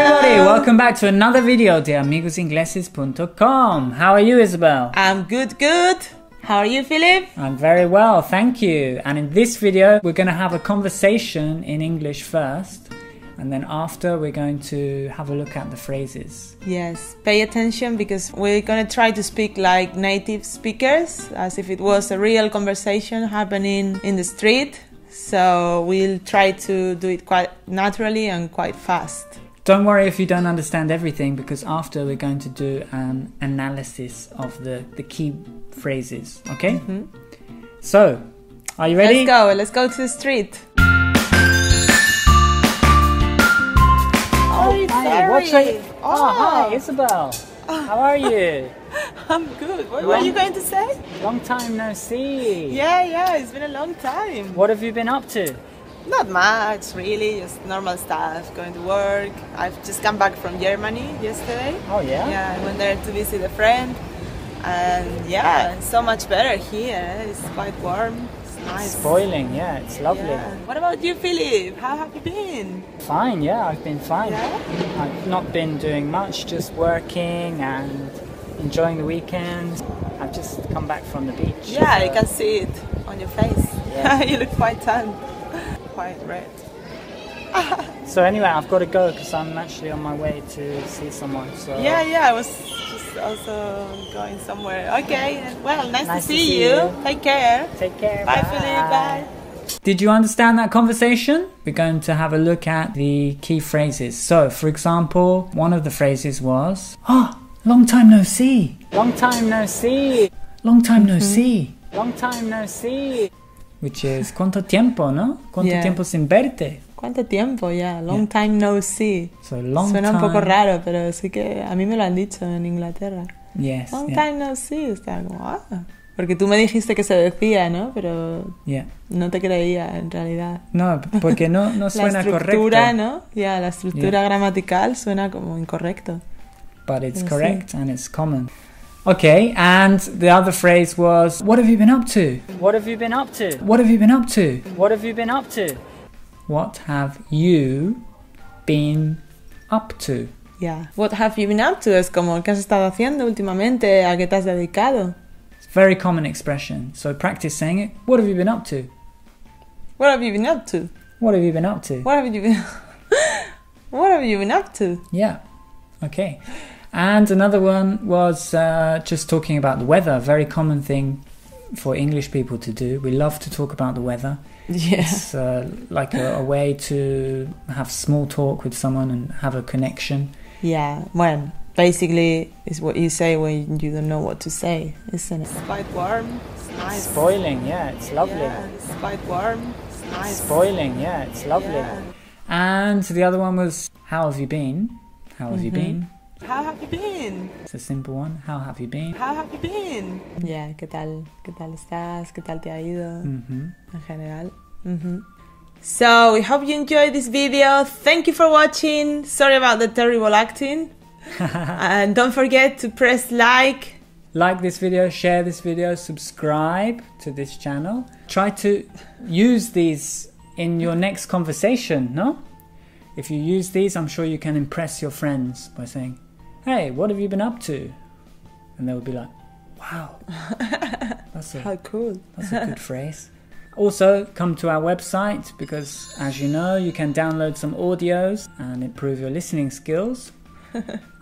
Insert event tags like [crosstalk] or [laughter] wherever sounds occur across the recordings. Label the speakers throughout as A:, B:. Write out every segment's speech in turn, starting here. A: Welcome back to another video de amigosingleses.com. How are you, Isabel?
B: I'm good, good. How are you, Philip?
A: I'm very well, thank you. And in this video, we're going to have a conversation in English first, and then after, we're going to have a look at the phrases.
B: Yes, pay attention because we're gonna try to speak like native speakers, as if it was a real conversation happening in the street. So we'll try to do it quite naturally and quite fast.
A: Don't worry if you don't understand everything, because after, we're going to do an analysis of the, the key phrases, okay? So, are you ready?
B: Mm-hmm. Let's go, let's go to the street. Oh, it's
A: Hey, what's
B: Harry.
A: it? Oh, hi, Ah. Isabel. How are you?
B: I'm good. What were you going to say?
A: Long time no see.
B: Yeah, yeah, it's been a long time.
A: What have you been up to?
B: Not much, really, just normal stuff, going to work. I've just come back from Germany yesterday.
A: Oh, yeah?
B: Yeah, I went there to visit a friend. And yeah, it's so much better here. It's quite warm. It's nice.
A: Spoiling, yeah, it's lovely.
B: Yeah. What about you, Philip? How have you been?
A: Fine, yeah, I've been fine.
B: Yeah?
A: I've not been doing much, just working and enjoying the weekend. I've just come back from the beach.
B: Yeah, I
A: so-
B: can see it on your face.
A: Yeah.
B: [laughs] you look quite tan, quite red.
A: So, anyway, I've got to go because I'm actually on my way to see someone. So
B: Yeah, yeah, I was just also going somewhere. Okay, well, nice, to see, you. Take care.
A: Take care.
B: Bye, Philip. Bye.
A: Did you understand that conversation? We're going to have a look at the key phrases. So, for example, one of the phrases was, Oh, long time no see. Long time no see. Long time no
B: Mm-hmm.
A: see. Long time no see. Which is, ¿cuánto tiempo, no? ¿Cuánto
B: Yeah.
A: tiempo sin verte?
B: ¿Cuánto tiempo ya? Long time no see.
A: So, long
B: Suena
A: time.
B: un poco raro, pero sí que a mí me lo han dicho en Inglaterra.
A: Yes.
B: Long
A: yeah,
B: time no see. Estaba como, ah. Porque tú me dijiste que se decía, ¿no? Pero
A: yeah.
B: no te creía en realidad.
A: No, porque no, no
B: [laughs] La
A: suena correcto.
B: estructura, ¿no? Ya, la estructura gramatical suena como incorrecto.
A: But it's
B: I see.
A: correct and it's common. Okay, and the other phrase was, What have you been up to? What have you been up to? What have you been up to? What have you been up to? What have you been up to?
B: Ya. What have you been up to? Es como, ¿qué has estado haciendo últimamente? ¿A qué te has dedicado?
A: It's a very common expression, so practice saying it. What have you been up to?
B: What have you been up to?
A: What have you been up to?
B: What have you been... [laughs] What have you been up
A: [laughs]
B: to?
A: Yeah, okay. And another one was uh, just talking about the weather, a very common thing for English people to do. We love to talk about the weather.
B: Yeah.
A: It's uh, like a, a way to have small talk with someone and have a connection.
B: Yeah, well, basically, it's what you say when you don't know what to say, isn't it? It's quite warm, it's nice.
A: Spoiling, yeah, it's lovely.
B: Yeah, it's quite warm, it's nice.
A: Spoiling, yeah, it's lovely.
B: Yeah.
A: And the other one was, How have you been? How have you been?
B: How have you been?
A: It's a simple one. How have you been?
B: How have you been? Yeah, ¿qué tal? ¿Qué tal estás? ¿Qué tal te ha ido?
A: hmm
B: En general. Mhm. So, we hope you enjoyed this video. Thank you for watching. Sorry about the terrible [laughs] acting. and don't forget to press like.
A: Like this video, share this video, subscribe to this channel. Try to use these in your next conversation, no? If you use these, I'm sure you can impress your friends by saying, Hey, what have you been up to? And they'll be like, Wow, that's a,
B: How cool.
A: that's a good phrase. Also, come to our website because, as you know, you can download some audios and improve your listening skills.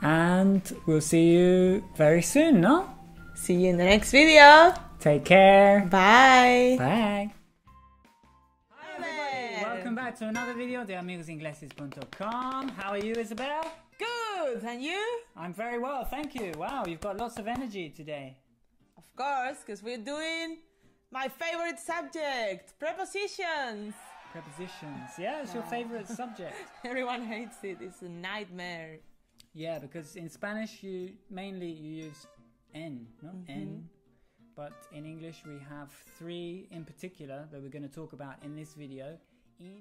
A: and we'll see you very soon, no?
B: See you in the next video.
A: Take care.
B: Bye.
A: Bye. Welcome back to another video de amigosingleses.com. How are you, Isabel?
B: Good. And you?
A: I'm very well, thank you. Wow, you've got lots of energy today.
B: Of course, because we're doing my favorite subject, prepositions. [laughs]
A: Prepositions. Yeah, it's your favorite subject.
B: Everyone hates it. It's a nightmare.
A: Yeah, because in Spanish you mainly you use n, not n. But in English we have three in particular that we're going to talk about in this video. In